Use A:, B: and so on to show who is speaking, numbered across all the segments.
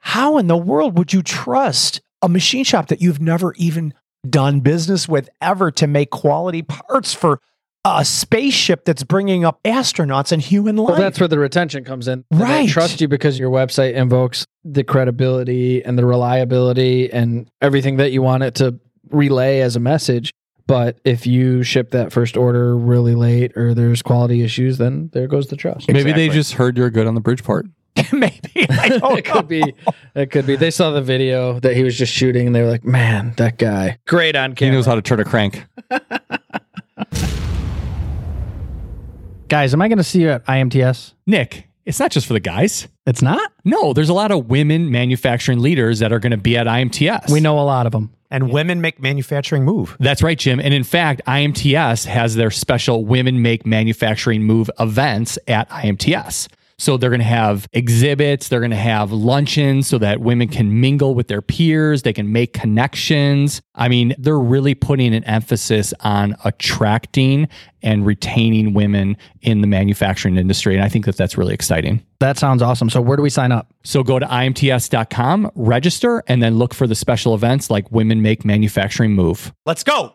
A: how in the world would you trust a machine shop that you've never even done business with ever to make quality parts for a spaceship that's bringing up astronauts and human life?
B: Well, that's where the retention comes in. They
A: Right.
B: trust you because your website invokes the credibility and the reliability and everything that you want it to relay as a message. But if you ship that first order really late or there's quality issues, then there goes the trust.
C: Maybe they
A: Exactly.
C: just heard you're good on the bridge part.
A: Maybe I don't
B: it could be. It could be. They saw the video that he was just shooting. And they were like, "Man, that guy, great on
C: He
B: camera."
C: knows how to turn a crank.
D: Guys, am I going to see you at IMTS?
C: Nick, it's not just for the guys.
D: It's not?
C: No, there's a lot of women manufacturing leaders that are going to be at IMTS.
D: We know a lot of them.
A: And women make manufacturing move.
C: That's right, Jim. And in fact, IMTS has their special Women Make Manufacturing Move events at IMTS. So they're going to have exhibits, they're going to have luncheons so that women can mingle with their peers, they can make connections. I mean, they're really putting an emphasis on attracting and retaining women in the manufacturing industry. And I think that that's really exciting.
D: That sounds awesome. So where do we sign up?
C: So go to imts.com, register, and then look for the special events like Women Make Manufacturing Move.
A: Let's go.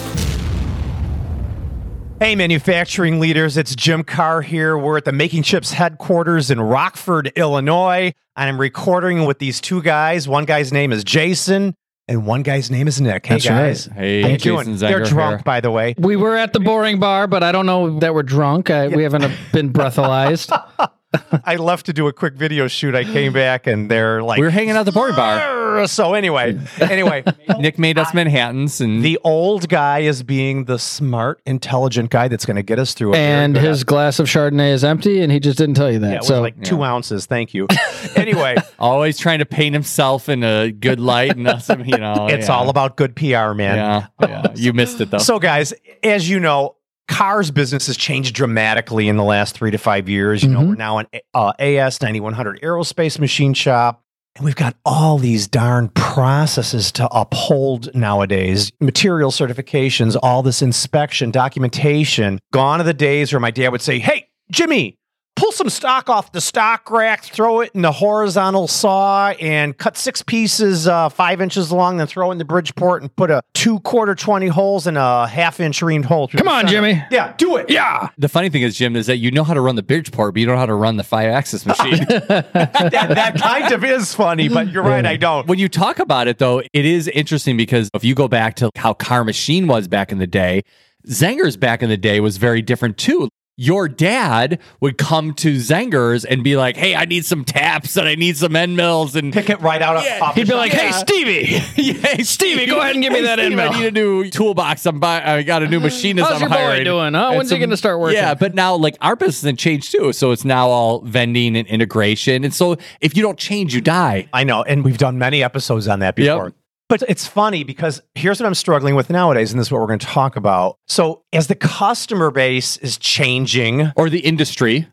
A: Hey, manufacturing leaders, it's Jim Carr here. We're at the Making Chips headquarters in Rockford, Illinois, and I'm recording with these two guys. One guy's name is Jason, and one guy's name is Nick. Hey,
B: That's
A: guys.
B: right.
C: Hey,
A: How you doing? They're drunk, by the way.
B: We were at the boring bar, but I don't know that we're drunk. I, We haven't been breathalyzed.
A: I left to do a quick video shoot. I came back, and they're like,
C: We were hanging out at the boring bar.
A: "Arr!" So anyway, anyway,
C: Nick made us Manhattans, and
A: the old guy is being the smart, intelligent guy that's going to get us through. it. Very
B: and
A: good.
B: his glass of Chardonnay is empty, and he just didn't tell you that.
A: Yeah, it was
B: so
A: like two ounces. Thank you. Anyway,
C: always trying to paint himself in a good light, and us, you know,
A: it's
C: Oh, yeah.
A: all about good PR, man.
C: Yeah, yeah. You missed it though.
A: So, guys, as you know, cars business has changed dramatically in the last three to five years. You know, we're now an uh, AS ninety one hundred aerospace machine shop, and we've got all these darn processes to uphold nowadays. Material certifications, all this inspection, documentation. Gone are the days where my dad would say, "Hey, Jimmy." Pull some stock off the stock rack, throw it in the horizontal saw, and cut six pieces uh, five inches long, then throw it in the bridge port and put a two quarter 20 holes and a half inch reamed hole. through
B: Come
A: the
B: on,
A: center."
B: Jimmy.
A: Yeah, do it. Yeah.
C: the funny thing is, Jim, is that you know how to run the bridge part, but you don't know how to run the five axis machine.
A: that, that kind of is funny, but you're right, I don't.
C: when you talk about it, though, it is interesting because if you go back to how Car Machine was back in the day, Zanger's back in the day was very different too. Your dad would come to Zanger's and be like, "Hey, I need some taps and I need some end mills and
A: Pick it right out of off the
B: he'd be like,
A: shelf.
B: "Hey, Stevie,
C: hey, Stevie,
B: go ahead and give me that
C: Steve,
B: end mill." Uh,
C: I need a new toolbox. I'm buy- I got a new machinist.
B: How's
C: I'm
B: your boy
C: hiring.
B: doing, huh?
C: And
B: When's he gonna start working?
C: Yeah, but now like our business has changed too, so it's now all vending and integration. And so if you don't change, you die.
A: I know, and we've done many episodes on that before.
C: Yep.
A: But it's funny because here's what I'm struggling with nowadays, and this is what we're going to talk about. So, as the customer base is changing,
C: Or the industry,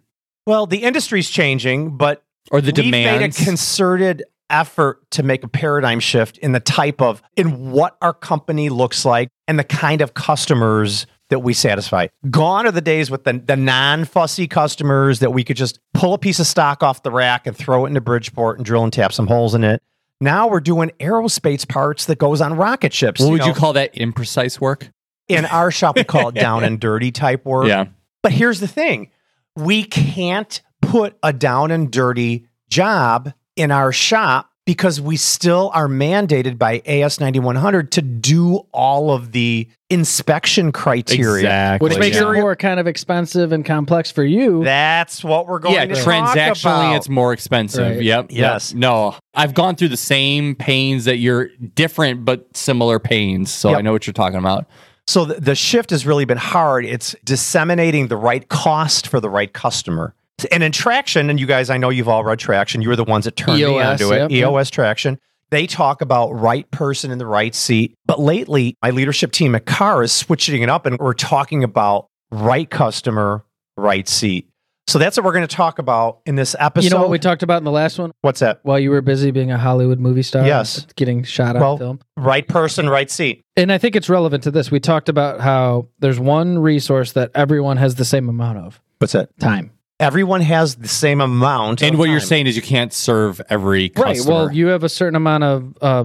A: well, the industry's changing, but
C: or the
A: we've made a
C: demands.
A: concerted effort to make a paradigm shift in the type of in what our company looks like and the kind of customers that we satisfy. Gone are the days with the, the non-fussy customers that we could just pull a piece of stock off the rack and throw it into Bridgeport and drill and tap some holes in it. Now we're doing aerospace parts that goes on rocket ships.
C: what would you
A: know.
C: call that? Imprecise work.
A: in our shop we call it down and dirty type work.
C: Yeah.
A: But here's the thing we can't put a down and dirty job in our shop because we still are mandated by AS9100 to do all of the inspection criteria.
C: Exactly.
B: which makes
C: yeah.
B: it more kind of expensive and complex for you.
A: That's what we're going
C: yeah,
A: to talk
C: transactionally,
A: about.
C: it's more expensive.
B: Right.
C: Yep.
A: Yes.
C: Yep. No, I've gone through the same pains that you're different but similar pains. So
A: Yep.
C: I know what you're talking about.
A: So the, the shift has really been hard. It's disseminating the right cost for the right customer. And in traction, and you guys, I know you've all read traction. You were the ones that turned me
B: EOS,
A: onto
B: E yep,
A: it.
B: yep.
A: EOS traction. They talk about right person in the right seat. But lately, my leadership team at CAR is switching it up and we're talking about right customer, right seat. So that's what we're going to talk about in this episode.
B: you know what we talked about in the last one
A: What's that?
B: while you were busy being a Hollywood movie star?
A: Yes.
B: Getting shot on
A: Well-
B: film.
A: Right person, right seat.
B: And I think it's relevant to this. We talked about how there's one resource that everyone has the same amount of
A: What's that?
B: time.
A: Everyone has the same amount.
C: And
A: of
C: what you're
A: time.
C: saying is you can't serve every customer.
B: Right. Well, you have a certain amount of uh,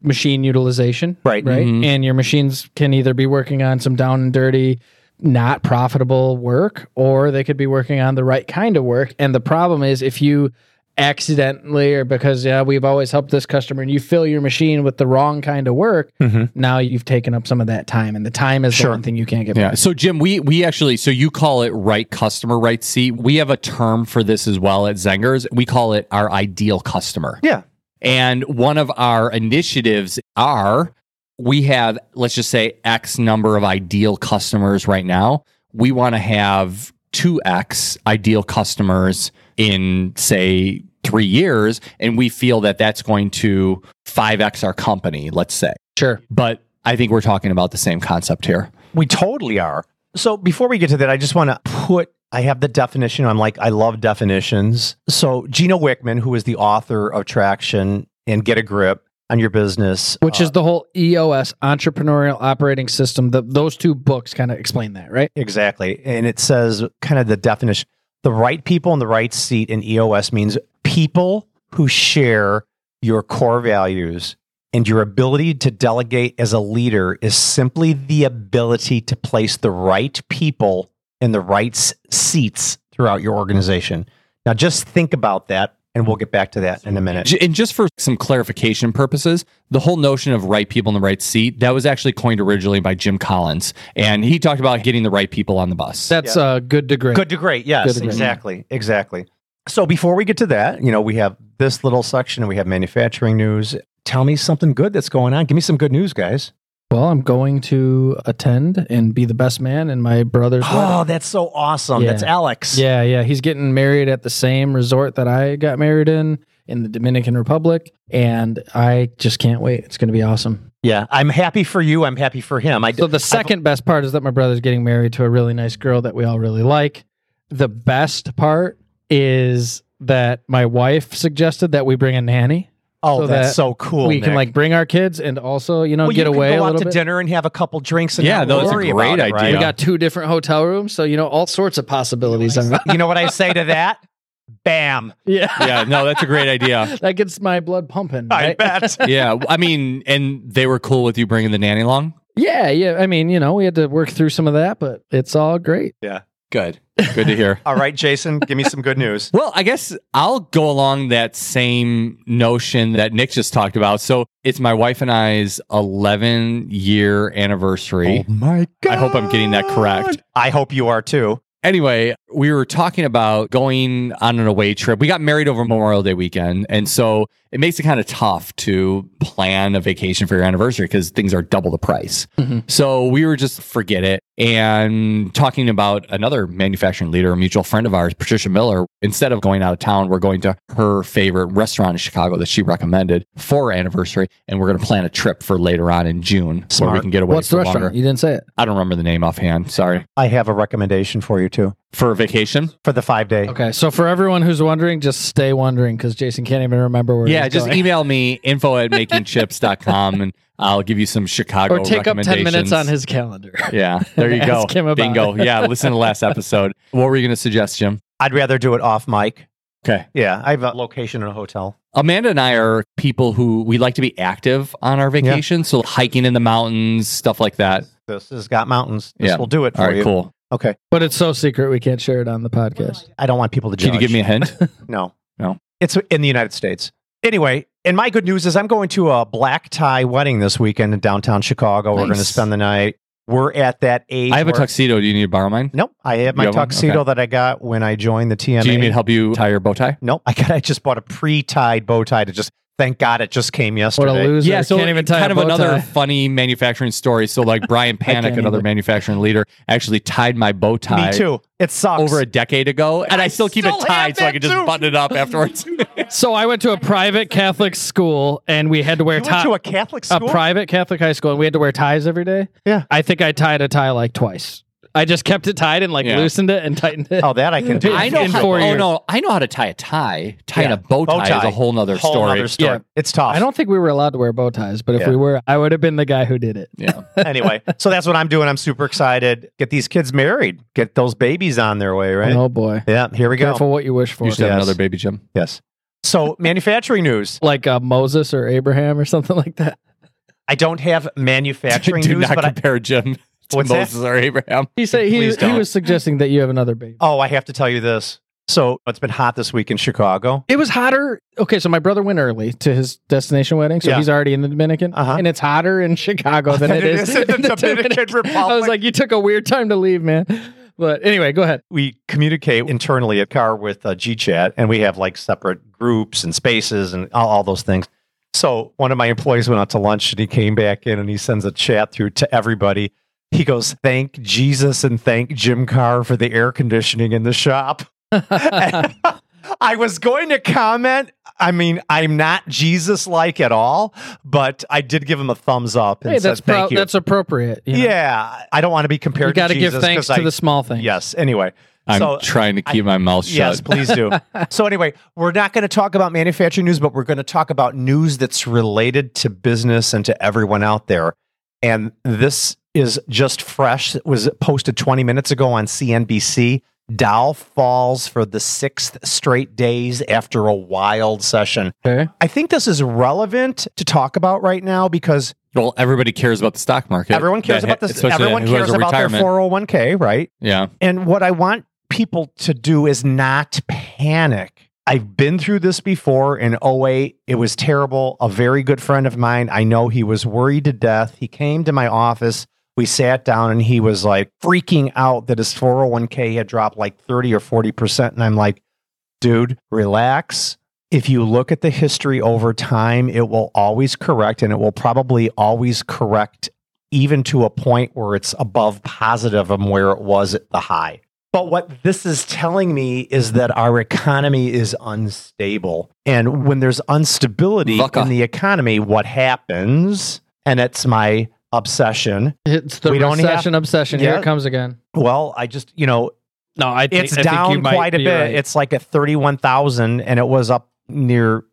B: machine utilization.
A: Right.
B: Right.
C: Mhm.
B: And your machines can either be working on some down and dirty, not profitable work, or they could be working on the right kind of work. And the problem is if you accidentally or because yeah we've always helped this customer and you fill your machine with the wrong kind of work now you've taken up some of that time and the time is the one thing you can't get
C: Yeah. So Jim, we we actually so you call it right customer, right seat. We have a term for this as well at Zengers. We call it our ideal customer.
A: Yeah.
C: And one of our initiatives are we have let's just say X number of ideal customers right now. We want to have 2x ideal customers in say 3 years and we feel that that's going to 5x our company, let's say.
B: sure
C: But I think we're talking about the same concept here.
A: We totally are. So before we get to that, I just want to put I have the definition. I'm like, I love definitions. So Gina Wickman, who is the author of Traction and Get a Grip on Your Business,
B: which is the whole EOS entrepreneurial operating system. The, those two books kind of explain that, right?
A: Exactly. And it says kind of the definition the right people in the right seat in EOS means people who share your core values and your ability to delegate as a leader is simply the ability to place the right people in the right s- seats throughout your organization. Now, just think about that, and we'll get back to that in a minute.
C: J- And just for some clarification purposes, the whole notion of right people in the right seat, that was actually coined originally by Jim Collins. And he talked about getting the right people on the bus.
B: That's uh, good to great.
A: Good to great. Yes,
B: Good to great.
A: exactly. Exactly. So before we get to that, you know, we have this little section and we have manufacturing news. Tell me something good that's going on. Give me some good news, guys.
B: Well, I'm going to attend and be the best man in my brother's
A: Oh,
B: wedding.
A: that's so awesome.
B: Yeah.
A: That's Alex.
B: Yeah, yeah. He's getting married at the same resort that I got married in in the Dominican Republic, and I just can't wait. It's going to be awesome.
A: Yeah. I'm happy for you. I'm happy for him. I
B: So the 2nd best part is that my brother's getting married to a really nice girl that we all really like. The best part is that my wife suggested that we bring a nanny.
A: oh,
B: so
A: that's
B: that
A: so cool.
B: we can
A: Nick.
B: like bring our kids and also you know
A: well,
B: get
A: you
B: away
A: can go
B: a
A: out
B: little
A: to
B: bit.
A: dinner and have a couple drinks. And
C: Yeah,
A: not
C: no, that's a
A: worry about
C: great
A: it, right?
C: idea.
B: We got two different hotel rooms, so you know all sorts of possibilities.
A: you know what I say to that? Bam.
B: yeah,
C: yeah, no, that's a great idea.
B: that gets my blood pumping.
A: I
B: right?
A: bet.
C: Yeah. I mean, and they were cool with you bringing the nanny along?
B: Yeah, yeah. I mean, you know, we had to work through some of that, but it's all great.
C: Good. Good to hear.
A: All right, Jason, give me some good news.
C: Well, I guess I'll go along that same notion that Nick just talked about. So it's my wife and I's 11 year anniversary.
A: my
C: I hope I'm getting that correct.
A: I hope you are too.
C: Anyway, we were talking about going on an away trip. We got married over Memorial Day weekend. And so it makes it kind of tough to plan a vacation for your anniversary because things are double the price.
B: Mhm.
C: So we were just forget it and talking about another manufacturing leader, a mutual friend of ours, Patricia Miller. Instead of going out of town, we're going to her favorite restaurant in Chicago that she recommended for our anniversary. And we're going to plan a trip for later on in June where we
A: Smart.
C: can get away
B: What's the
C: for
B: restaurant?
C: longer.
B: You didn't say it.
C: I don't remember the name offhand. Sorry.
A: I have a recommendation for you too
C: For a vacation?
A: for the five day.
B: Okay, so for everyone who's wondering, just stay wondering because Jason can't even remember where.
C: yeah
B: he's
C: just
B: going.
C: email me info at makingchips.com and i'll give you some chicago
B: or take up ten minutes
C: recommendations.
B: on his calendar.
C: yeah there you go
B: Ask him about
C: bingo yeah listen to the last episode what were you going to suggest jim
A: I'd rather do it off mic.
C: okay
A: Yeah, I have a location in a hotel.
C: amanda and i are people who we like to be active on our vacation so hiking in the mountains stuff like that
A: This has got mountains. This
C: Yeah.
A: will do it for
C: all right
A: you.
C: cool
A: Okay.
B: But it's so secret we can't share it on the podcast.
A: I don't want people to judge.
C: can you give me a hint
A: No.
C: No.
A: It's in the United States. Anyway, and my good news is I'm going to a black tie wedding this weekend in downtown Chicago. We're
C: Nice.
A: going to spend the night. We're at that age.
C: i have a
A: where-
C: tuxedo do you need to borrow mine
A: Nope. I have my
C: You have one?
A: tuxedo that I got when I joined the TMA.
C: do you need me to help you tie your bow tie
A: Nope. I got. I just bought a pre-tied bow tie to just Thank God it just came
B: What a
A: yesterday.
B: loser!
C: yeah, so
B: can't even tie
C: kind
B: a
C: of
B: bow
C: another
B: tie.
C: funny manufacturing story. So like Brian Panic,
B: can't
C: another
B: either.
C: manufacturing leader, actually tied my bow tie.
A: Me too. It sucks.
C: Over a decade ago, and I, still keep
A: still
C: it
A: have
C: tied so I
A: that
C: can just
A: too.
C: button it up afterwards.
B: So I went to a private Catholic school and we had to wear
A: you went
B: ties.
A: to a Catholic school.
B: private Catholic high school and we had to wear ties every day.
A: Yeah.
B: I think I tied a tie like twice. I just kept it tied and like
C: Yeah.
B: loosened it and tightened it.
A: oh, that I can do.
C: I know.
B: In
C: how,
B: four
C: oh
B: years.
C: no, I know how to tie a tie. Tying
B: Yeah.
C: a bow tie,
A: Bow tie.
C: is a whole nother
A: Whole
C: story.
A: nother story.
B: Yeah.
A: It's tough.
B: I don't think we were allowed to wear bow ties, but if
A: Yeah.
B: we were, I would have been the guy who did it.
C: Yeah.
A: anyway, so that's what I'm doing. I'm super excited. Get these kids married. Get those babies on their way, right?
B: Oh boy.
A: Yeah, here we go.
B: Careful what you wish for.
C: You should
A: Yes.
C: have another baby, Jim.
A: Yes. So, manufacturing news.
B: Like uh, Moses or Abraham or something like that.
A: I don't have manufacturing
C: Do
A: news,
C: not
A: but I,
C: compare Jim to
A: What's that?
C: Moses or Abraham.
B: He said he,
A: Please
B: he
A: don't.
B: was suggesting that you have another baby.
A: oh, I have to tell you this. So, it's been hot this week in Chicago.
B: It was hotter. Okay, so my brother went early to his destination wedding, so
A: Yeah.
B: he's already in the Dominican,
A: Uh-huh.
B: and it's hotter in Chicago than it is in the Dominican. I was like, you took a weird time to leave, man. But anyway, go ahead.
A: we communicate internally at car with uh, gchat and we have like separate groups and spaces and all, all those things so one of my employees went out to lunch and he came back in and he sends a chat through to everybody he goes thank jesus and thank jim carr for the air conditioning in the shop i was going to comment i mean i'm not jesus like at all but i did give him a thumbs up and
B: Hey,
A: said
B: that's pro-
A: thank you
B: that's appropriate. you know?
A: yeah i don't want to be compared
B: you got to
A: to
B: give
A: jesus
B: thanks
A: 'cause
B: to
A: I-
B: the small things.
A: yes anyway
C: I'm
A: so
C: trying to keep my mouth shut.
A: Yes, please do. so anyway, we're not going to talk about manufacturing news, but we're going to talk about news that's related to business and to everyone out there. And this is just fresh. It was posted 20 minutes ago on CNBC. Dow falls for the sixth straight days after a wild session.
B: Okay.
A: I think this is relevant to talk about right now because
C: Well, everybody cares about the stock market.
A: everyone cares
C: That-
A: about this.
C: especially
A: Everyone
C: who has
A: cares
C: a
A: about their
C: retirement.
A: 401k, right?
C: Yeah.
A: And what I want people to do is not panic. I've been through this before in 08. It was terrible. A very good friend of mine, I know he was worried to death. He came to my office. We sat down and he was like freaking out that his 401k had dropped like 30 or 40%. And I'm like, dude, relax. If you look at the history over time, it will always correct and it will probably always correct even to a point where it's above positive and where it was at the high. But what this is telling me is that our economy is unstable. And when there's instability
C: Vucka.
A: in the economy, what happens? And it's my obsession.
B: It's the
A: We don't have-
B: recession obsession. Here
A: Yeah.
B: it comes again.
A: Well, I just, you know,
B: No, I
A: it's down quite a bit. It's like at 31,000 and it was up near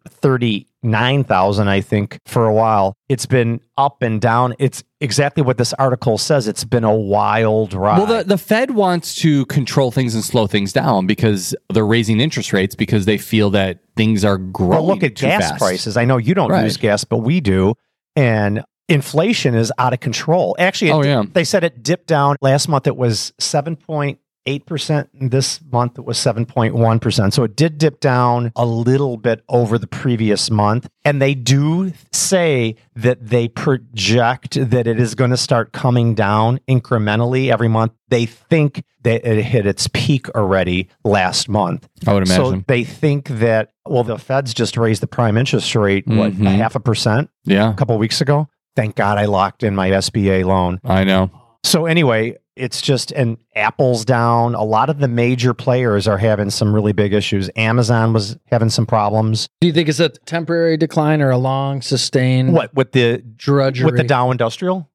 A: 39,000 I think for a while. It's been up and down. It's exactly what this article says. It's been a wild ride.
C: Well, the, the Fed wants to control things and slow things down because they're raising interest rates because they feel that things are growing.
A: But look at
C: too
A: gas
C: fast.
A: prices. I know you don't
C: Right.
A: use gas, but we do. And inflation is out of control. Actually, it-
C: Oh, yeah.
A: they said it dipped down last month. It was 7.8%. And this month it was 7.1%. So it did dip down a little bit over the previous month. And they do say that they project that it is going to start coming down incrementally every month. They think that it hit its peak already last month.
C: I would imagine.
A: So they think that well, the Feds just raised the prime interest rate what
C: Mhm.
A: a half a percent
C: yeah.
A: a couple weeks ago. Thank God I locked in my SBA loan.
C: I know.
A: So anyway, it's just an apples down. A lot of the major players are having some really big issues. Amazon was having some problems.
B: Do you think it's a temporary decline or a long sustained
A: What with the
B: drudgery?
A: with the Dow Industrial?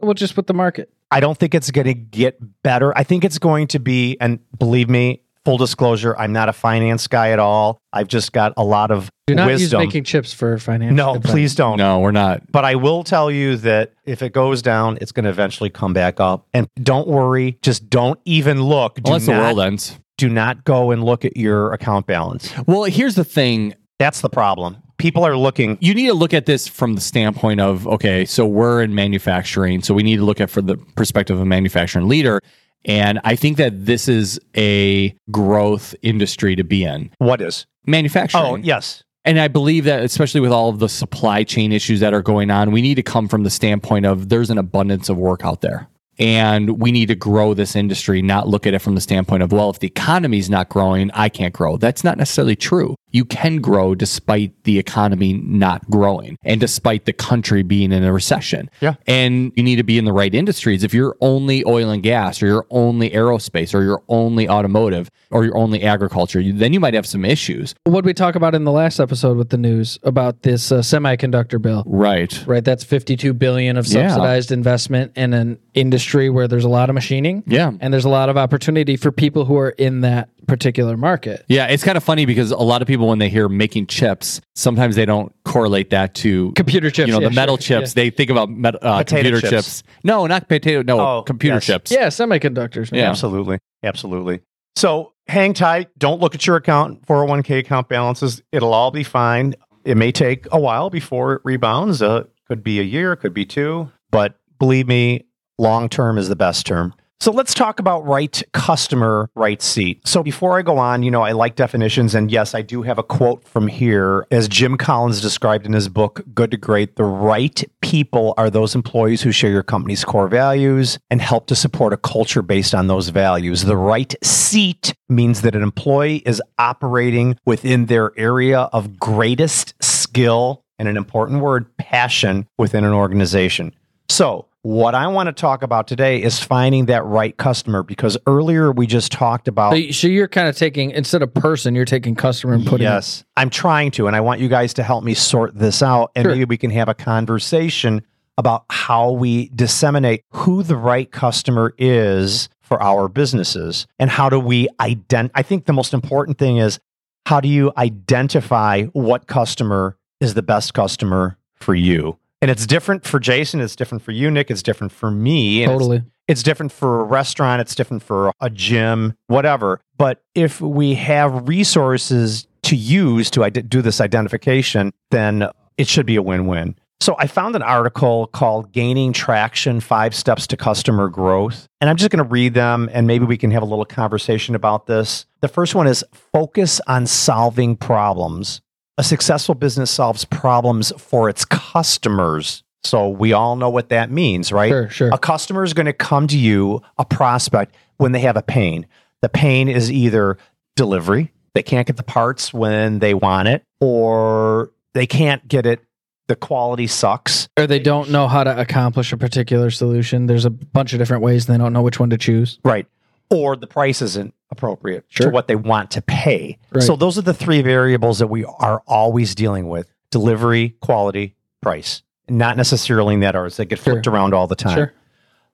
B: well, just with the market.
A: I don't think it's going to get better. I think it's going to be, and believe me, full disclosure, I'm not a finance guy at all. I've just got a lot of
B: Do not
A: wisdom.
B: use making chips for financial.
A: no,
B: advice.
A: please don't.
C: No, we're not.
A: But I will tell you that if it goes down, it's going to eventually come back up. And don't worry, just don't even look. Do
C: Unless
A: not,
C: the world ends.
A: do not go and look at your account balance.
C: Well, here's the thing.
A: That's the problem. People are looking.
C: you need to look at this from the standpoint of okay, so we're in manufacturing, so we need to look at from the perspective of a manufacturing leader. And I think that this is a growth industry to be in
A: What is?
C: manufacturing.
A: Oh, yes.
C: And I believe that, especially with all of the supply chain issues that are going on, we need to come from the standpoint of there's an abundance of work out there. And we need to grow this industry, not look at it from the standpoint of, well, if the economy's not growing, I can't grow. That's not necessarily true. you can grow despite the economy not growing and despite the country being in a recession.
A: Yeah.
C: And you need to be in the right industries. If you're only oil and gas or you're only aerospace or you're only automotive or you're only agriculture, you- then you might have some issues.
B: What we talk about in the last episode with the news about this uh, semiconductor bill?
C: Right.
B: Right, that's 52 billion of
C: Yeah.
B: subsidized investment in an industry where there's a lot of machining.
C: Yeah.
B: And there's a lot of opportunity for people who are in that particular market.
C: Yeah, it's kind of funny because a lot of people when they hear making chips, sometimes they don't correlate that to
B: Computer chips,
C: You know,
B: yeah,
C: the metal
B: sure,
C: chips. They think about met, uh,
A: Potato
C: computer
A: chips.
C: chips. No, not potato. No,
A: Oh,
C: computer
A: yes.
C: chips.
B: Yeah, semiconductors.
C: Yeah.
A: Absolutely. Absolutely. So hang tight. Don't look at your account, 401k account balances. It'll all be fine. It may take a while before it rebounds. Uh, could be a year, could be two. But believe me, long term is the best term. So let's talk about right customer, right seat. So before I go on, you know, I like definitions. And yes, I do have a quote from here. As Jim Collins described in his book, Good to Great, the right people are those employees who share your company's core values and help to support a culture based on those values. The right seat means that an employee is operating within their area of greatest skill and an important word, passion, within an organization. So, what I want to talk about today is finding that right customer because earlier we just talked about.
B: So, y- so you're kind of taking instead of person, you're taking customer and putting
A: yes, I'm trying to, and I want you guys to help me sort this out, and
B: Sure.
A: maybe we can have a conversation about how we disseminate who the right customer is for our businesses and how do we ident. I think the most important thing is how do you identify what customer is the best customer for you? And it's different for Jason, it's different for you, Nick, it's different for me, and it's
B: totally.
A: it's different for a restaurant, it's different for a gym, whatever. But if we have resources to use to ide- do this identification, then it should be a win win. So I found an article called Gaining Traction Five Steps to Customer Growth. And I'm just going to read them and maybe we can have a little conversation about this. The first one is focus on solving problems. A successful business solves problems for its customers. So we all know what that means, right?
B: Sure, sure.
A: A customer is going to come to you, a prospect, when they have a pain. The pain is either delivery, they can't get the parts when they want it, or they can't get it, the quality sucks.
B: Or they don't know how to accomplish a particular solution. There's a bunch of different ways and they don't know which one to choose.
A: Right. Or the price isn't appropriate to
B: Sure.
A: what they want to pay.
B: Right.
A: So those are the three variables that we are always dealing with delivery, quality, price. Not necessarily in that order. They get
B: Sure.
A: flipped around all the time.
B: Sure.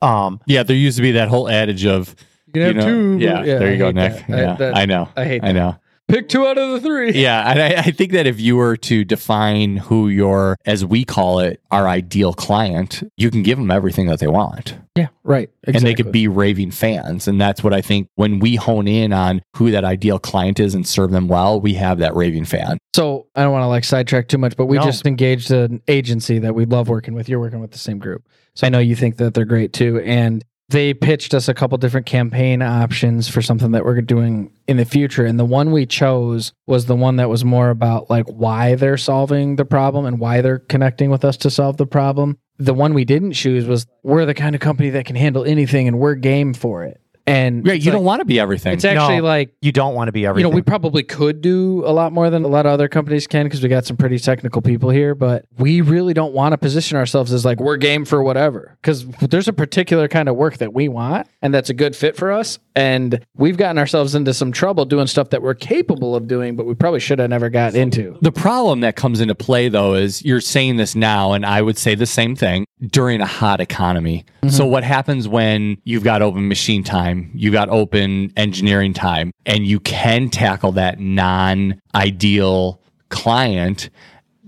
A: Um,
C: Yeah, there used to be that whole adage of
B: You can
C: you know- Yeah, there you go, Nick. Yeah, I know.
B: I hate
C: I know.
B: Pick two out of the three.
C: Yeah, and I, I think that if you were to define who your, as we call it, our ideal client, you can give them everything that they want,
B: Yeah, right. Exactly.
C: and they could be raving fans. And that's what I think. When we hone in on who that ideal client is and serve them well, we have that raving fan.
B: So I don't want to like sidetrack too much, but we
A: No.
B: just engaged an agency that we love working with. You're working with the same group. So I know you think that they're great too. And they pitched us a couple different campaign options for something that we're doing in the future. And the one we chose was the one that was more about like why they're solving the problem and why they're connecting with us to solve the problem. The one we didn't choose was we're the kind of company that can handle anything and we're game for it. And
C: Yeah,
B: it's
C: you
B: like-
C: don't want to be everything.
B: it's actually
A: No.
B: like
A: you don't want to be everything.
B: you know, we probably could do a lot more than a lot of other companies can because we got some pretty technical people here, but we really don't want to position ourselves as like we're game for whatever because there's a particular kind of work that we want and that's a good fit for us. And we've gotten ourselves into some trouble doing stuff that we're capable of doing, but we probably should have never got into.
C: The problem that comes into play though is you're saying this now, and I would say the same thing during a hot economy. So, what happens when you've got open machine time, you've got open engineering time, and you can tackle that non ideal client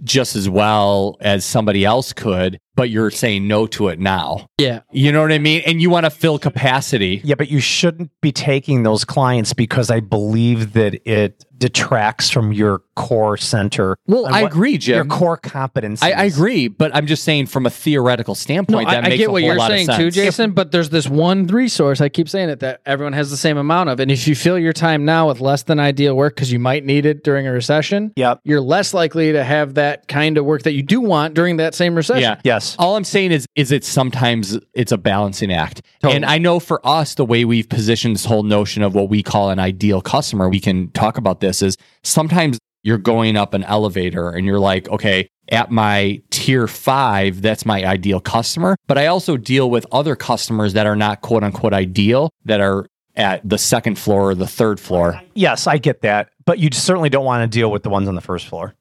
C: just as well as somebody else could, but you're saying no to it now?
B: Yeah.
C: You know what I mean? And you want to fill capacity.
A: Yeah, but you shouldn't be taking those clients because I believe that it detracts from your core center.
C: Well,
A: And
C: I
A: what-
C: agree, Jim.
A: Your core competency.
C: I, I agree, but I'm just saying from a theoretical standpoint, that
B: I,
C: makes
B: get
C: a
B: what
C: whole
B: you're
C: lot
B: saying
C: of sense.
B: too, Jason. But there's this one resource I keep saying it that everyone has the same amount of, and if you fill your time now with less than ideal work because you might need it during a recession,
A: Yep.
B: you're less likely to have that kind of work that you do want during that same recession.
C: Yeah.
A: Yes.
C: All I'm saying is, is it sometimes it's a balancing act.
B: Totally.
C: And I know for us, the way we've positioned this whole notion of what we call an ideal customer, we can talk about this is sometimes you're going up an elevator and you're like, okay, at my tier five, that's my ideal customer. But I also deal with other customers that are not quote unquote ideal that are at the second floor or the third floor.
A: Yes, I get that, but you certainly don't want to deal with the ones on the first floor.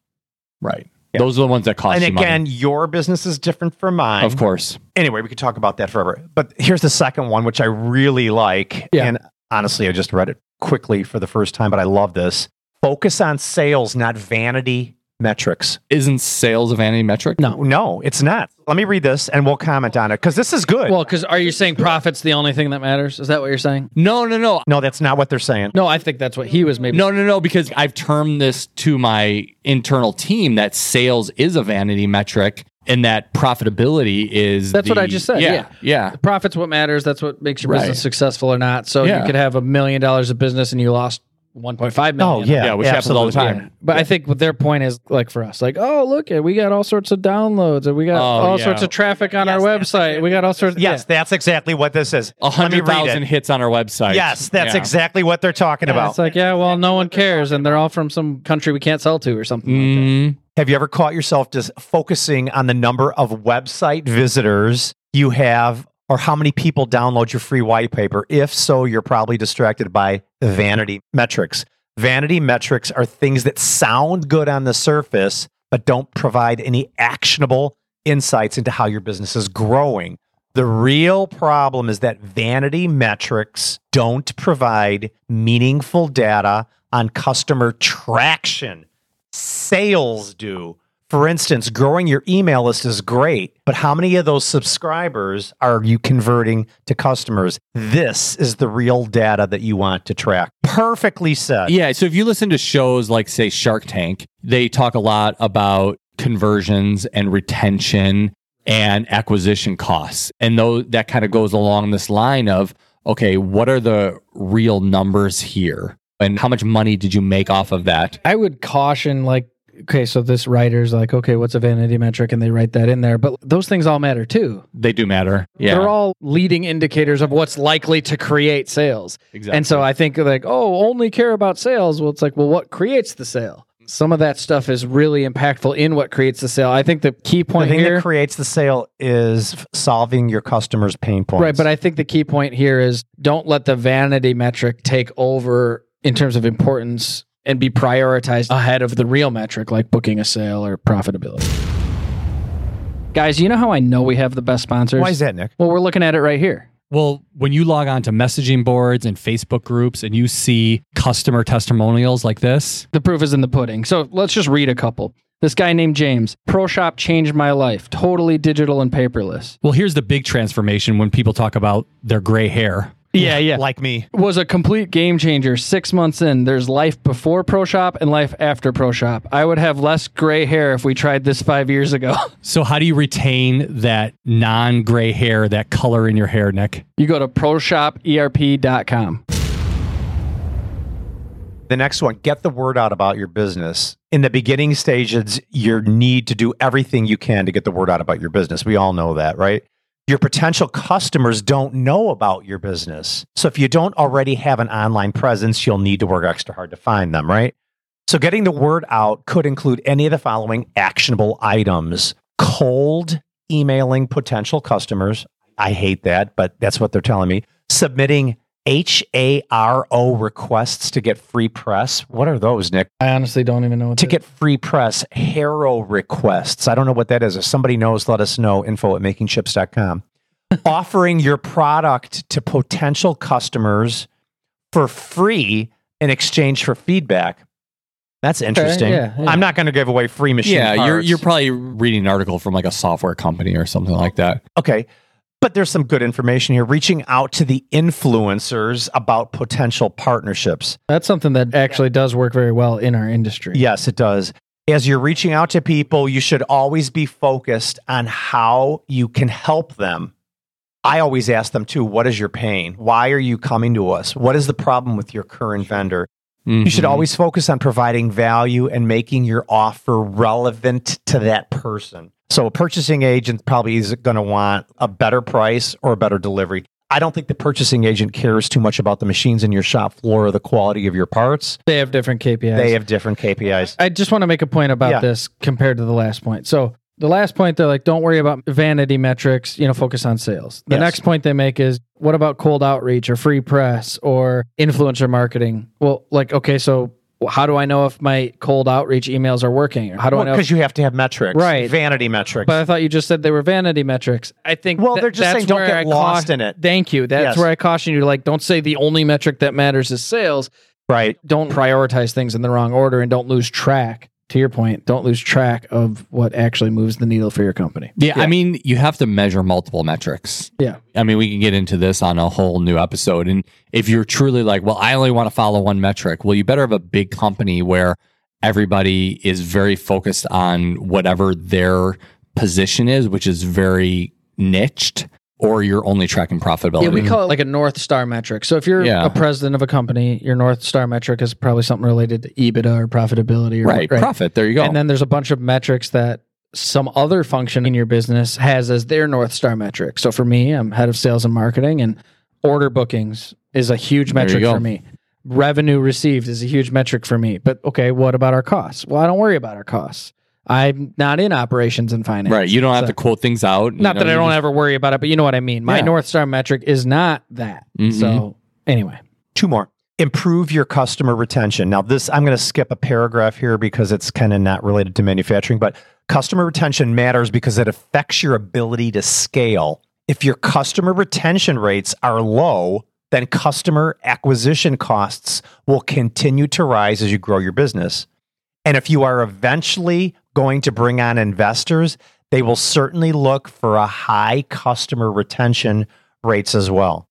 C: Right. Those are the ones that cost
A: And
C: you money.
A: again, your business is different from mine.
C: of course.
A: Anyway, we could talk about that forever. But here's the second one, which I really like.
B: Yeah.
A: And honestly, I just read it quickly for the first time, but I love this. Focus on sales, not vanity metrics.
C: Isn't sales a vanity metric?
B: No.
A: No, it's not. Let me read this and we'll comment on it because this is good.
B: Well, because are you saying profit's the only thing that matters? Is that what you're saying?
C: No, no, no.
A: no, that's not what they're saying.
B: No, I think that's what he was maybe.
C: No, no, no, because I've termed this to my internal team that sales is a vanity metric and that profitability is.
B: That's what
C: the-
B: I just said, yeah.
C: Yeah. Yeah.
B: Profit's what matters. That's what makes your
C: Right.
B: business successful or not. So
C: Yeah.
B: you could have a million dollars of business and you lost 1.5 million.
A: Oh, yeah.
C: Yeah, which happens all the
A: absolutely,
C: time.
B: But I think what their point is like for us, like, oh, look, we got all sorts of downloads and we got
C: Oh,
B: all
C: yeah.
B: sorts of traffic on our website. We got all sorts of.
A: yeah. Yes, that's exactly what this is.
C: A
A: Let me
C: hundred
A: read it.
C: thousand hits on our website.
A: Yes, that's
C: Yeah.
A: exactly what they're talking
B: And
A: about.
B: It's like, yeah, well, no one cares. And they're all from some country we can't sell to or something. like that.
C: Mhm.
A: Have you ever caught yourself just focusing on the number of website visitors you have or how many people download your free white paper? If so, you're probably distracted by vanity metrics. Vanity metrics are things that sound good on the surface, but don't provide any actionable insights into how your business is growing. The real problem is that vanity metrics don't provide meaningful data on customer traction sales do. For instance, growing your email list is great, but how many of those subscribers are you converting to customers? This is the real data that you want to track. Perfectly said.
C: Yeah. So if you listen to shows like, say, Shark Tank, they talk a lot about conversions and retention and acquisition costs. And though that kind of goes along this line of, okay, what are the real numbers here? And how much money did you make off of that?
B: I would caution, like, okay, so this writer's like, okay, what's a vanity metric? And they write that in there. But those things all matter too.
C: They do matter. Yeah.
B: They're all leading indicators of what's likely to create sales.
C: exactly.
B: And so I think like, oh, only care about sales. Well, it's like, well, what creates the sale? Some of that stuff is really impactful in what creates the sale. I think the key
A: The
B: point
A: thing
B: here,
A: that creates the sale is f- solving your customers' pain points.
B: right? But I think the key point here is don't let the vanity metric take over in terms of importance and be prioritized ahead of the real metric like booking a sale or profitability. Guys, you know how I know we have the best sponsors?
A: why is that, Nick?
B: Well, we're looking at it right here.
C: Well, when you log on to messaging boards and Facebook groups and you see customer testimonials like this,
B: The proof is in the pudding. So let's just read a couple. This guy named James, Pro Shop changed my life, totally digital and paperless.
C: well, here's the big transformation when people talk about their gray hair.
B: Yeah, yeah.
A: Like me.
B: was a complete game changer. Six months in, there's life before Pro Shop and life after Pro Shop. I would have less gray hair if we tried this five years ago.
C: So, how do you retain that non gray hair, that color in your hair, Nick?
B: you go to E ProShopERP.com.
A: The next one, get the word out about your business. In the beginning stages, you need to do everything you can to get the word out about your business. We all know that, right? Your potential customers don't know about your business. So if you don't already have an online presence, you'll need to work extra hard to find them, right? So getting the word out could include any of the following actionable items cold emailing potential customers. I hate that, but that's what they're telling me. Submitting HARO requests to get free press. What are those, Nick?
B: I honestly don't even know what
A: To get free press, HARO requests. I don't know what that is. If somebody knows, let us know. Info at makingchips.com. Offering your product to potential customers for free in exchange for feedback. That's interesting.
B: yeah, yeah.
A: I'm not going to give away free machine
C: yeah, you're,
A: parts.
C: you're probably reading an article from like a software company or something like that.
A: Okay. But there's some good information here. Reaching out to the influencers about potential partnerships.
B: That's something that actually does work very well in our industry.
A: Yes, it does. As you're reaching out to people, you should always be focused on how you can help them. I always ask them too, what is your pain? Why are you coming to us? What is the problem with your current vendor? You should
C: Mhm.
A: always focus on providing value and making your offer relevant to that person. So, a purchasing agent probably is going to want a better price or a better delivery. I don't think the purchasing agent cares too much about the machines in your shop floor or the quality of your parts.
B: They have different KPIs.
A: They have different KPIs.
B: I just want to make a point about
A: Yeah.
B: this compared to the last point. So the last point they're like, don't worry about vanity metrics, you know, focus on sales. The
A: Yes.
B: next point they make is what about cold outreach or free press or influencer marketing? Well, like, okay, so how do I know if my cold outreach emails are working? Or how do I know? if-
A: Because you have to have metrics,
B: Right.
A: Vanity metrics.
B: but I thought you just said they were vanity metrics. I think
A: Well,
B: tha-
A: they're just
B: that's
A: saying don't
B: where
A: get
B: I
A: lost in it.
B: Thank you.
A: Yes.
B: That's where I caution you. Like, don't say the only metric that matters is sales.
A: right.
B: don't prioritize things in the wrong order and don't lose track to your point don't lose track of what actually moves the needle for your company
C: Yeah, I mean, you have to measure multiple metrics.
B: Yeah.
C: I mean, we can get into this on a whole new episode. And if you're truly like, well, I only want to follow one metric, well, you better have a big company where everybody is very focused on whatever their position is, which is very niched, or you're only tracking profitability.
B: yeah we call it like a north star metric so if you're
C: Yeah.
B: a president of a company your north star metric is probably something related to ebitda or profitability or
C: right, profit. There you go.
B: and then there's a bunch of metrics that some other function in your business has as their north star metric so for me i'm head of sales and marketing and order bookings is a huge
C: There you
B: metric
C: go.
B: for me revenue received is a huge metric for me but okay what about our costs well i don't worry about our costs i'm not in operations and finance
C: right. You don't have
B: So-
C: to quote things out. you
B: not
C: know,
B: that i
C: you
B: don't
C: just-
B: ever worry about it but you know what i mean my
C: Yeah.
B: north star metric is not that
C: Mhm.
B: so anyway
A: Two more. Improve your customer retention. Now, this, I'm going to skip a paragraph here because it's kind of not related to manufacturing, but customer retention matters because it affects your ability to scale. If your customer retention rates are low, then customer acquisition costs will continue to rise as you grow your business. And if you are eventually going to bring on investors, they will certainly look for a high customer retention rates as well.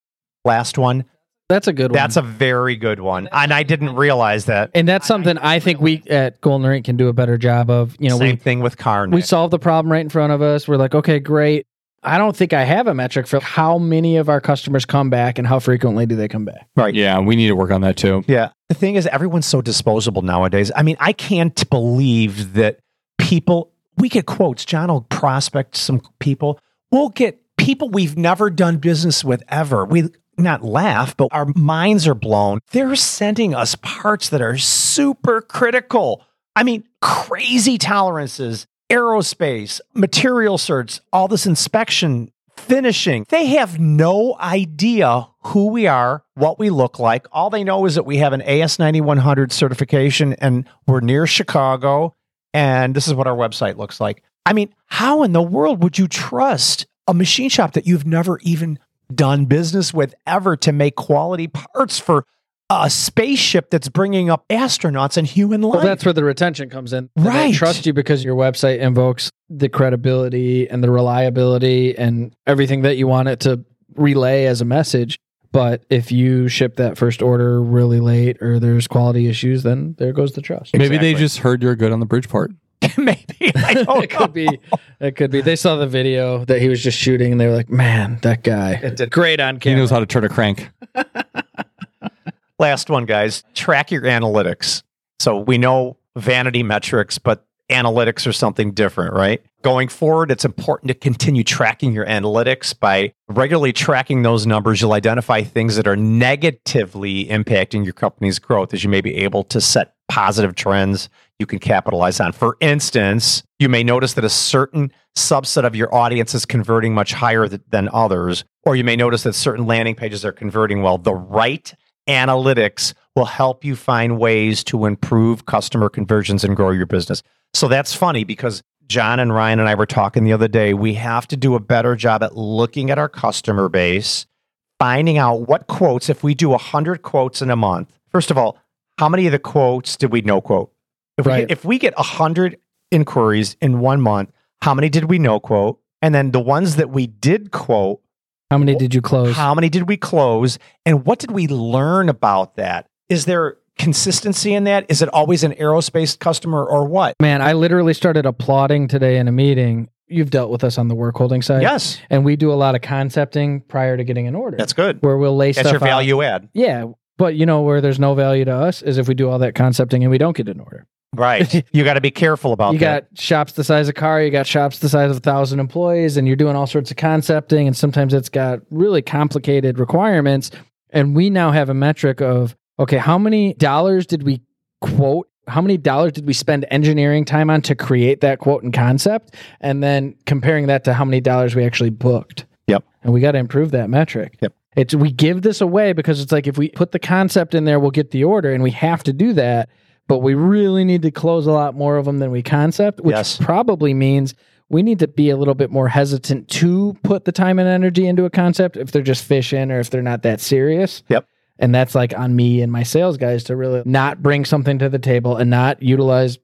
A: Last one,
B: that's a good one
A: that's a very good one. And I didn't realize that.
B: and that's something i think we at golden rink can do a better job of you know we
A: Same thing with Karn.
B: we solve the problem right in front of us. We're like, okay, great. I don't think I have a metric for how many of our customers come back and how frequently do they come back.
A: right. Yeah.
C: Yeah, we need to work on that too.
A: The thing is, everyone's so disposable nowadays. I mean, I can't believe that people, we get quotes. John will prospect some people. We'll get people we've never done business with ever. We not laugh, but our minds are blown. They're sending us parts that are super critical. I mean, crazy tolerances, aerospace, material certs, all this inspection, finishing. They have no idea who we are, what we look like. All they know is that we have an AS9100 certification and we're near Chicago. And this is what our website looks like. I mean, how in the world would you trust a machine shop that you've never even done business with ever to make quality parts for a spaceship that's bringing up astronauts and human life?
B: Well, that's where the retention comes in. They
A: Right.
B: trust you because your website invokes the credibility and the reliability and everything that you want it to relay as a message. But if you ship that first order really late or there's quality issues, then there goes the trust.
C: Maybe they
A: Exactly.
C: just heard you're good on the Bridgeport.
A: Maybe I don't
B: it could be. It could be. They saw the video that he was just shooting and they were like, man, that guy. It did great on
C: He
B: camera.
C: knows how to turn a crank.
A: Last one, guys. Track your analytics. So we know vanity metrics, but analytics are something different, right? Going forward, it's important to continue tracking your analytics. By regularly tracking those numbers, you'll identify things that are negatively impacting your company's growth as you may be able to set positive trends you can capitalize on. For instance, you may notice that a certain subset of your audience is converting much higher th- than others, or you may notice that certain landing pages are converting well. The right analytics will help you find ways to improve customer conversions and grow your business. So that's funny because John and Ryan and I were talking the other day. We have to do a better job at looking at our customer base, finding out what quotes, if we do 100 quotes in a month, first of all, how many of the quotes did we no quote? If, we,
B: Right.
A: get, if we get 100 inquiries in one month, how many did we no quote? And then the ones that we did quote,
B: How many did you close?
A: how many did we close? And what did we learn about that? Is there consistency in that? Is it always an aerospace customer or what?
B: Man, I literally started applauding today in a meeting. You've dealt with us on the work holding side.
A: Yes,
B: And we do a lot of concepting prior to getting an order.
A: that's good.
B: where we'll lay
A: That's
B: stuff
A: your
B: out.
A: value add.
B: Yeah. But you know where there's no value to us is if we do all that concepting and we don't get an order.
A: Right. You got to be careful about
B: you
A: that.
B: got shops the size of car, you got shops the size of a thousand employees, and you're doing all sorts of concepting, and sometimes it's got really complicated requirements. And we now have a metric of okay, how many dollars did we quote? How many dollars did we spend engineering time on to create that quote and concept? And then comparing that to how many dollars we actually booked.
A: Yep.
B: And we got to improve that metric.
A: Yep.
B: It's we give this away because it's like if we put the concept in there, we'll get the order, and we have to do that but we really need to close a lot more of them than we concept, which
A: Yes.
B: probably means we need to be a little bit more hesitant to put the time and energy into a concept if they're just fishing or if they're not that serious.
A: Yep.
B: And that's like on me and my sales guys to really not bring something to the table and not utilize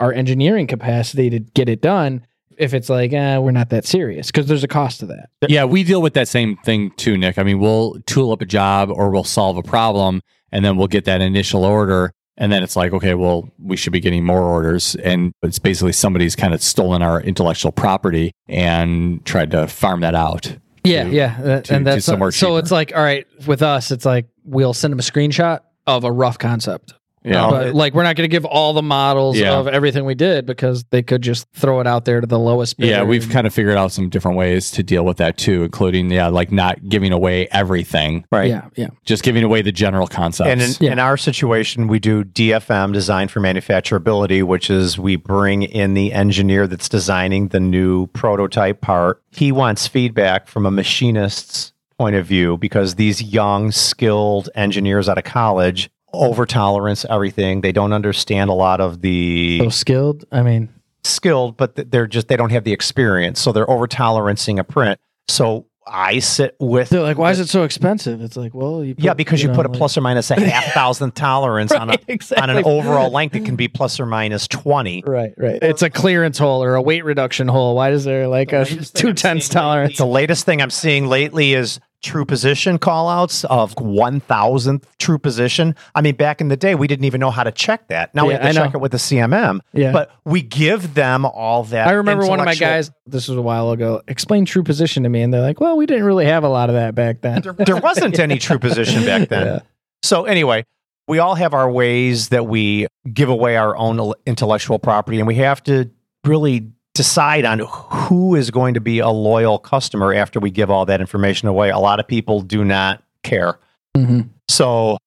B: our engineering capacity to get it done if it's like, eh, we're not that serious because there's a cost to that.
C: Yeah, we deal with that same thing too, Nick. I mean, we'll tool up a job or we'll solve a problem and then we'll get that initial order. And then it's like, okay, well, we should be getting more orders. And it's basically somebody's kind of stolen our intellectual property and tried to farm that out.
B: Yeah,
C: to-
B: yeah, that-
C: to-
B: and
C: to
B: that's
C: somewhere
B: so.
C: cheaper.
B: It's like all right with us. It's like we'll send them a screenshot of a rough concept.
C: Yeah.
B: but
A: it-
B: like we're not going to give all the models
C: Oh, Yeah.
B: of everything we did because they could just throw it out there to the lowest. Bidder
C: Yeah, we've
B: and-
C: kind of figured out some different ways to deal with that too, including, yeah, like not giving away everything,
A: right.
B: yeah, yeah,
C: just giving away the general concepts.
A: And in,
B: Yeah.
A: in our situation, we do DFM, design for manufacturability, which is we bring in the engineer that's designing the new prototype part. He wants feedback from a machinist's point of view because these young, skilled engineers out of college over tolerance everything. They don't understand a lot of the
B: so skilled. I mean,
A: skilled, but th- they're just they don't have the experience, so they're over tolerancing a print. So I sit with
B: they're like, why is it so expensive? It's like, well, you put,
A: yeah because you,
B: know,
A: put a
B: like-
A: plus or minus a half thousandth tolerance on a
B: Right, exactly.
A: on an overall length it can be plus or minus 20
B: Right, right. It's a clearance hole or a weight reduction hole. Why is there like a two tenths tolerance?
A: the latest thing i'm seeing lately is true position callouts of 1000th true position i mean back in the day we didn't even know how to check that now we
B: Yeah,
A: have to
B: I
A: check
B: know.
A: it with the cmm
B: Yeah.
A: but we give them all that
B: I remember one of my
A: intellectual-
B: guys, this was a while ago, explained true position to me. And they're like, well, we didn't really have a lot of that back then.
A: there wasn't any true position back then.
B: Yeah.
A: So anyway, we all have our ways that we give away our own intellectual property, and we have to really decide on who is going to be a loyal customer after we give all that information away. A lot of people do not care.
B: Mhm.
A: So,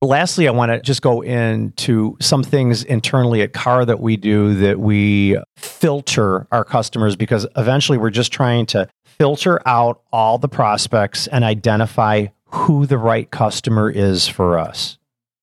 A: lastly, I want to just go into some things internally at Car that we do that we filter our customers because eventually we're just trying to filter out all the prospects and identify who the right customer is for us.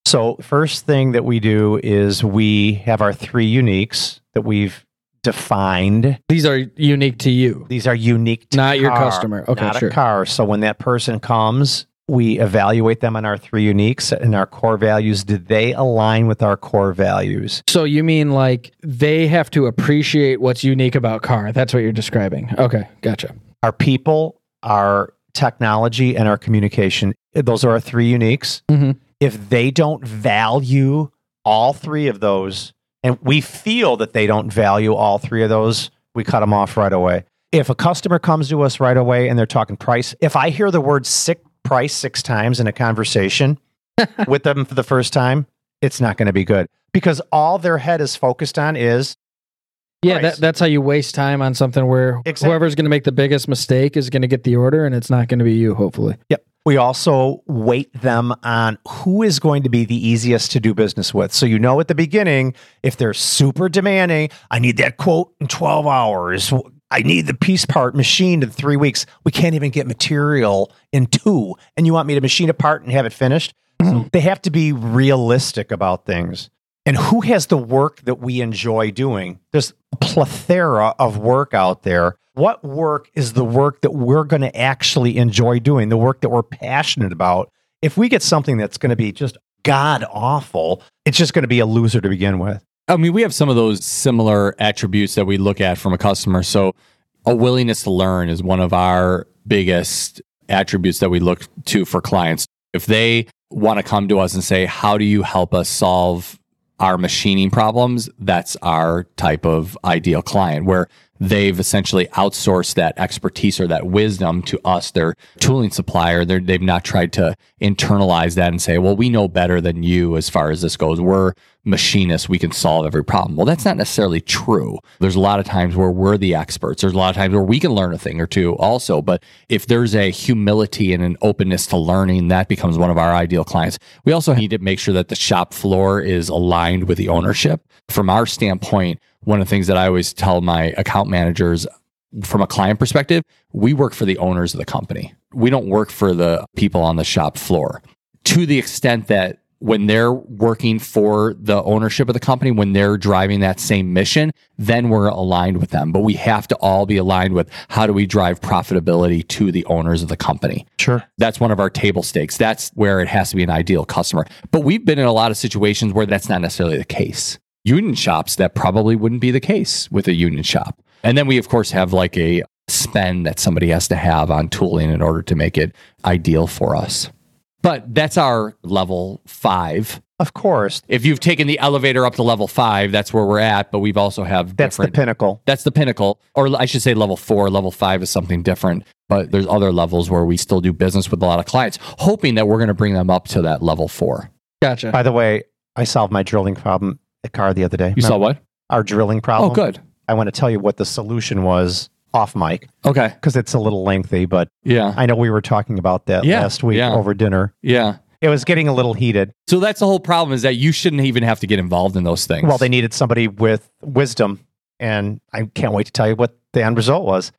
A: So, first thing that we do is we have our three uniques that we've defined.
B: These are unique to you.
A: These are unique to
B: Not your
A: car,
B: customer. Okay,
A: not
B: sure.
A: a car. So when that person comes, we evaluate them on our three uniques and our core values. Do they align with our core values?
B: So you mean like they have to appreciate what's unique about car? That's what you're describing. Okay, gotcha.
A: Our people, our technology, and our communication. Those are our three uniques.
B: Mhm.
A: If they don't value all three of those, and we feel that they don't value all three of those, we cut them off right away. If a customer comes to us right away and they're talking price, if I hear the word sick price six times in a conversation, with them for the first time, it's not going to be good because all their head is focused on is
B: Yeah,
A: Price.
B: that, that's how you waste time on something where
A: Exactly.
B: whoever's going to make the biggest mistake is going to get the order, and it's not going to be you. Hopefully,
A: Yep. We also weight them on who is going to be the easiest to do business with. So you know at the beginning if they're super demanding, I need that quote in 12 hours. I need the piece part machined in 3 weeks. We can't even get material in 2 and you want me to machine a part and have it finished? So they have to be realistic about things. And who has the work that we enjoy doing? There's a plethora of work out there. What work is the work that we're going to actually enjoy doing, the work that we're passionate about? If we get something that's going to be just god awful, it's just going to be a loser to begin with.
C: I mean, we have some of those similar attributes that we look at from a customer. So, a willingness to learn is one of our biggest attributes that we look to for clients. If they want to come to us and say, How do you help us solve our machining problems? That's our type of ideal client where they've essentially outsourced that expertise or that wisdom to us, their tooling supplier. They're, they've not tried to internalize that and say, well, we know better than you as far as this goes. We're machinists. We can solve every problem. Well, that's not necessarily true. There's a lot of times where we're the experts. There's a lot of times where we can learn a thing or two also. But if there's a humility and an openness to learning, that becomes one of our ideal clients. We also need to make sure that the shop floor is aligned with the ownership. From our standpoint, one of the things that I always tell my account managers from a client perspective, we work for the owners of the company. We don't work for the people on the shop floor to the extent that when they're working for the ownership of the company, when they're driving that same mission, then we're aligned with them. But we have to all be aligned with how do we drive profitability to the owners of the company.
D: Sure.
C: That's one of our table stakes. That's where it has to be an ideal customer. But we've been in a lot of situations where that's not necessarily the case. Union shops, that probably wouldn't be the case with a union shop. And then we, of course, have like a spend that somebody has to have on tooling in order to make it ideal for us. But that's our level five.
A: Of course.
C: If you've taken the elevator up to level five, that's where we're at. But we've also have
A: That's
C: different.
A: the pinnacle.
C: that's the pinnacle, or I should say level four. Level five is something different. But there's other levels where we still do business with a lot of clients, hoping that we're going to bring them up to that level four.
B: Gotcha.
A: By the way, I solved my drilling problem at car the other day.
C: You saw what?
A: our drilling
C: Oh,
A: problem.
C: good.
A: I want to tell you what the solution was off mic
C: Okay.
A: because it's a little lengthy, but
C: Yeah.
A: I know we were talking about that
C: Yeah,
A: last week
C: yeah.
A: over dinner.
C: Yeah.
A: It was getting a little heated.
C: So that's the whole problem is that you shouldn't even have to get involved in those things.
A: Well, they needed somebody with wisdom, and I can't wait to tell you what the end result was.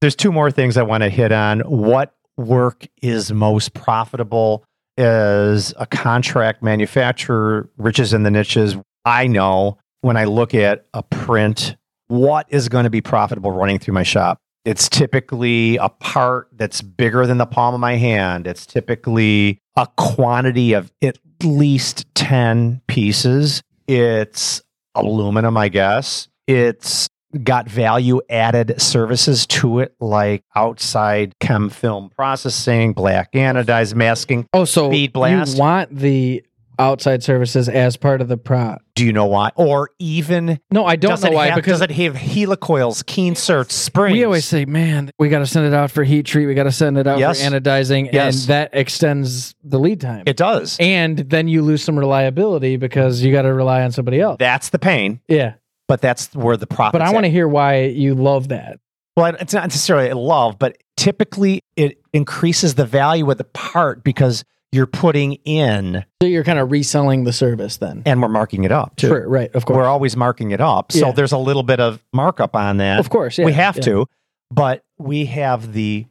A: There's two more things I want to hit on. What work is most profitable as a contract manufacturer, riches in the niches. I know when I look at a print, what is going to be profitable running through my shop? It's typically a part that's bigger than the palm of my hand. It's typically a quantity of at least 10 pieces it's aluminum, I guess. It's got value added services to it, like outside chem film processing, black anodized masking.
B: oh, so
A: Speed blast.
B: you want the outside services as part of the prop?
A: Do you know why? Or even
B: No, I don't
A: does,
B: know
A: it
B: why.
A: have,
B: because
A: does it have helicoils, keen search, springs?
B: we always say, man, we got to send it out for heat treat. We got to send it out
A: Yes.
B: for anodizing,
A: Yes.
B: and that extends the lead time.
A: it does.
B: and then you lose some reliability because you got to rely on somebody else.
A: That's the pain,
B: yeah,
A: but that's where the profit.
B: but I want to hear why you love that.
A: Well, it's not necessarily a love, but typically it increases the value of the part because you're putting in
B: So you're kind of reselling the service then.
A: and we're marking it up too.
B: Sure, right, of course.
A: we're always marking it up. So
B: Yeah.
A: there's a little bit of markup on that.
B: of course, yeah,
A: we have
B: yeah.
A: to, but we have the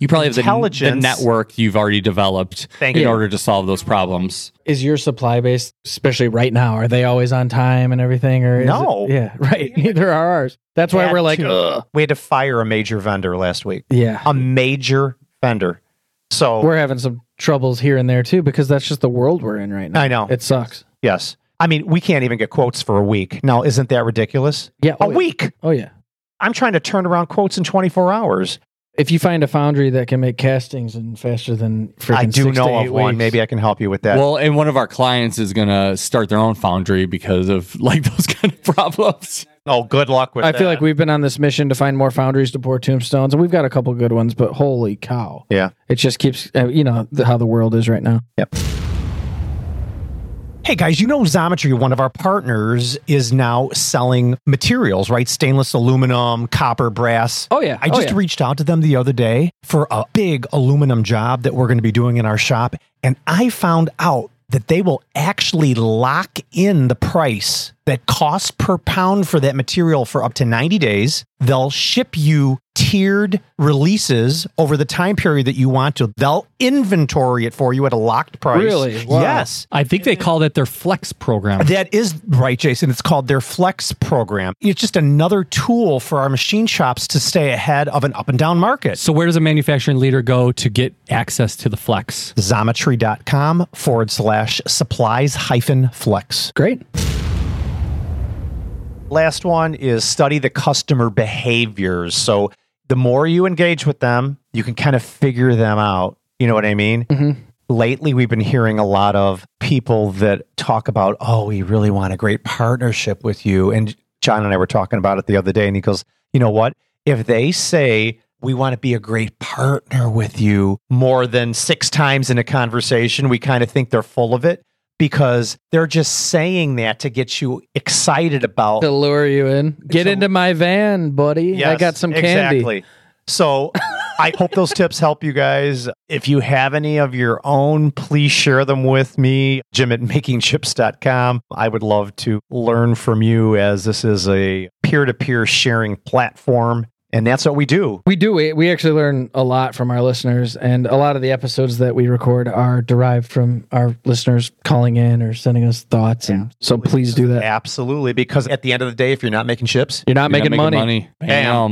C: you probably have the, the
A: Intelligence-
C: network you've already developed
A: Thank
C: in
A: you.
C: order to solve those problems.
B: Is your supply base, especially right now, are they always on time and everything? Or is
A: No.
B: it- yeah, right. Neither are ours. That's why
A: Had
B: we're like,
A: to.
B: Ugh.
A: we had to fire a major vendor last week.
B: yeah,
A: A major vendor. So
B: we're having some troubles here and there too because that's just the world we're in right now.
A: I know.
B: it sucks.
A: yes. I mean, we can't even get quotes for a week. Now, isn't that ridiculous?
B: Yeah,
A: A
B: oh, yeah.
A: week.
B: Oh yeah.
A: I'm trying to turn around quotes in 24 hours.
B: If you find a foundry that can make castings and faster than freaking
A: I do
B: six to
A: know
B: eight
A: of one.
B: weeks-
A: Maybe I can help you with that.
C: Well, and one of our clients is going to start their own foundry because of like those kind of problems.
A: oh, good luck with
B: I
A: that.
B: feel like we've been on this mission to find more foundries to pour tombstones, and we've got a couple good ones, but holy cow.
A: Yeah.
B: It just keeps, uh, you know, the, how the world is right now.
A: Hey guys, you know Xometry, one of our partners, is now selling materials, right? Stainless aluminum, copper, brass.
B: Oh, yeah.
A: I
B: Oh,
A: just
B: yeah.
A: reached out to them the other day for a big aluminum job that we're going to be doing in our shop. And I found out that they will actually lock in the price that costs per pound for that material for up to 90 days. They'll ship you tiered releases over the time period that you want to. They'll inventory it for you at a locked price.
B: Really? Wow.
A: Yes.
C: I think they call that their flex program.
A: That is right, Jason. It's called their Flex program. It's just another tool for our machine shops to stay ahead of an up and down market.
E: So where does a manufacturing leader go to get access to the flex?
A: Zometry.com forward slash supplies hyphen flex.
B: Great.
A: Last one is study the customer behaviors. So the more you engage with them, you can kind of figure them out. You know what I mean? Lately, we've been hearing a lot of people that talk about, oh, we really want a great partnership with you. And John and I were talking about it the other day, and he goes, you know what? If they say, we want to be a great partner with you more than six times in a conversation, we kind of think they're full of it because they're just saying that to get you excited about
B: to lure you in. Get
A: So-
B: into my van, buddy. I
A: Yes,
B: got some candy.
A: Exactly. So I hope those tips help you guys. If you have any of your own, please share them with me, Jim at makingchips.com. I would love to learn from you as this is a peer to peer sharing platform. And that's what we do.
B: We do. We, we actually learn a lot from our listeners, and a lot of the episodes that we record are derived from our listeners calling in or sending us thoughts. and so please do that.
A: Absolutely. Because at the end of the day, if you're not making chips,
B: You're not,
C: You're
B: making, money.
C: Bam.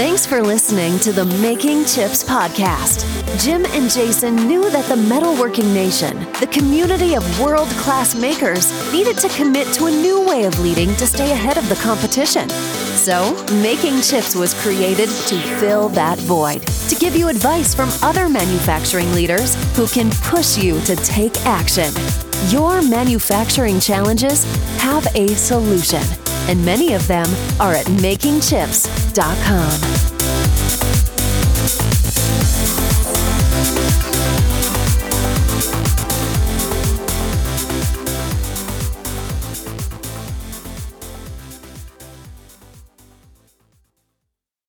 F: Thanks for listening to the Making Chips podcast. Jim and Jason knew that the metalworking nation, the community of world class makers, needed to commit to a new way of leading to stay ahead of the competition. So, Making Chips was created to fill that void, to give you advice from other manufacturing leaders who can push you to take action. Your manufacturing challenges have a solution, and many of them are at makingchips.com.